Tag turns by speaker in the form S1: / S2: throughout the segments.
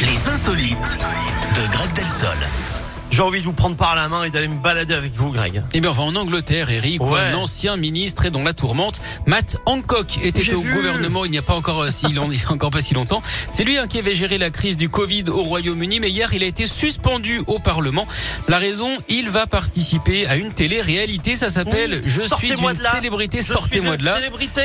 S1: Les insolites de Greg Delsol.
S2: J'ai envie de vous prendre par la main et d'aller me balader avec vous, Greg.
S3: Eh bien, enfin, en Angleterre, Eric, où
S2: Ouais.
S3: un ancien ministre est dans la tourmente. Matt Hancock était
S2: J'ai
S3: au
S2: vu.
S3: gouvernement il n'y a pas encore euh, si long- il y a encore pas si longtemps. C'est lui hein, qui avait géré la crise du Covid au Royaume-Uni, mais hier, il a été suspendu au Parlement. La raison, il va participer à une télé-réalité. Ça s'appelle Je suis
S2: Sortez-moi
S3: une
S2: de là.
S3: célébrité,
S2: Je
S3: sortez-moi
S2: suis
S3: de là.
S2: une Célébrité.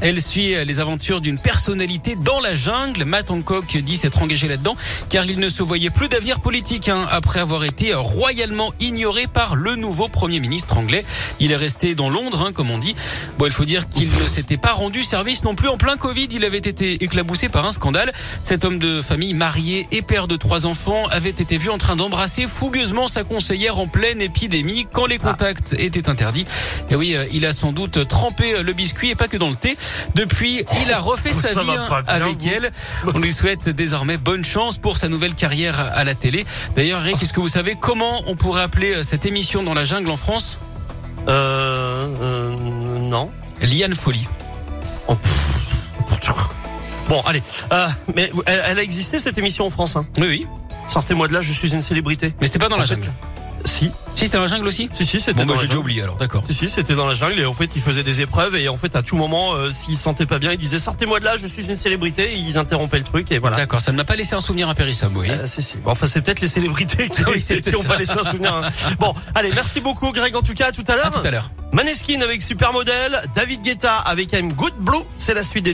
S3: Elle suit euh, les aventures d'une personnalité dans la jungle. Matt Hancock dit s'être engagé là-dedans car il ne se voyait plus d'avenir politique hein, après avoir été euh, royalement ignoré par le nouveau Premier ministre anglais. Il est resté dans Londres, hein, comme on dit. Bon, il faut dire qu'il ne s'était pas rendu service non plus en plein Covid. Il avait été éclaboussé par un scandale. Cet homme de famille marié et père de trois enfants avait été vu en train d'embrasser fougueusement sa conseillère en pleine épidémie quand les contacts étaient interdits. Et oui, euh, il a sans doute trempé euh, le biscuit et pas que dans le thé. Depuis, il a refait
S2: Oh,
S3: sa
S2: ça
S3: vie
S2: va
S3: hein,
S2: pas bien,
S3: avec
S2: vous.
S3: elle. On lui souhaite désormais bonne chance pour sa nouvelle carrière à la télé. D'ailleurs, Eric, est-ce que vous savez comment on pourrait appeler euh, cette émission dans la jungle en France
S2: Euh, euh, non.
S3: Liane Folie.
S2: Oh, pff, n'importe quoi. Bon, allez. Euh, mais elle, elle a existé cette émission en France. Hein.
S3: Oui, oui.
S2: Sortez-moi de là, je suis une célébrité.
S3: Mais c'était pas dans la
S2: En fait,
S3: jungle.
S2: Si,
S3: Si, c'était dans la jungle aussi
S2: si, si, c'était
S3: Bon, bah,
S2: dans la
S3: j'ai déjà
S2: jungle.
S3: oublié alors, d'accord.
S2: Si, si, c'était dans la jungle et en fait, ils faisaient des épreuves et en fait, à tout moment, euh, s'ils se sentaient pas bien, ils disaient sortez-moi de là, je suis une célébrité. Et ils interrompaient le truc et voilà.
S3: D'accord, ça ne m'a pas laissé un souvenir impérissable, oui.
S2: Euh, si, si. Bon, enfin, c'est peut-être les célébrités qui,
S3: Oui, c'est
S2: qui
S3: peut-être
S2: ont
S3: ça.
S2: pas laissé un souvenir. hein. Bon, allez, merci beaucoup, Greg. En tout cas, à tout à
S3: À
S2: l'heure.
S3: tout à l'heure.
S2: Maneskin avec Supermodel, David Guetta avec I'm Good Blue. C'est la suite des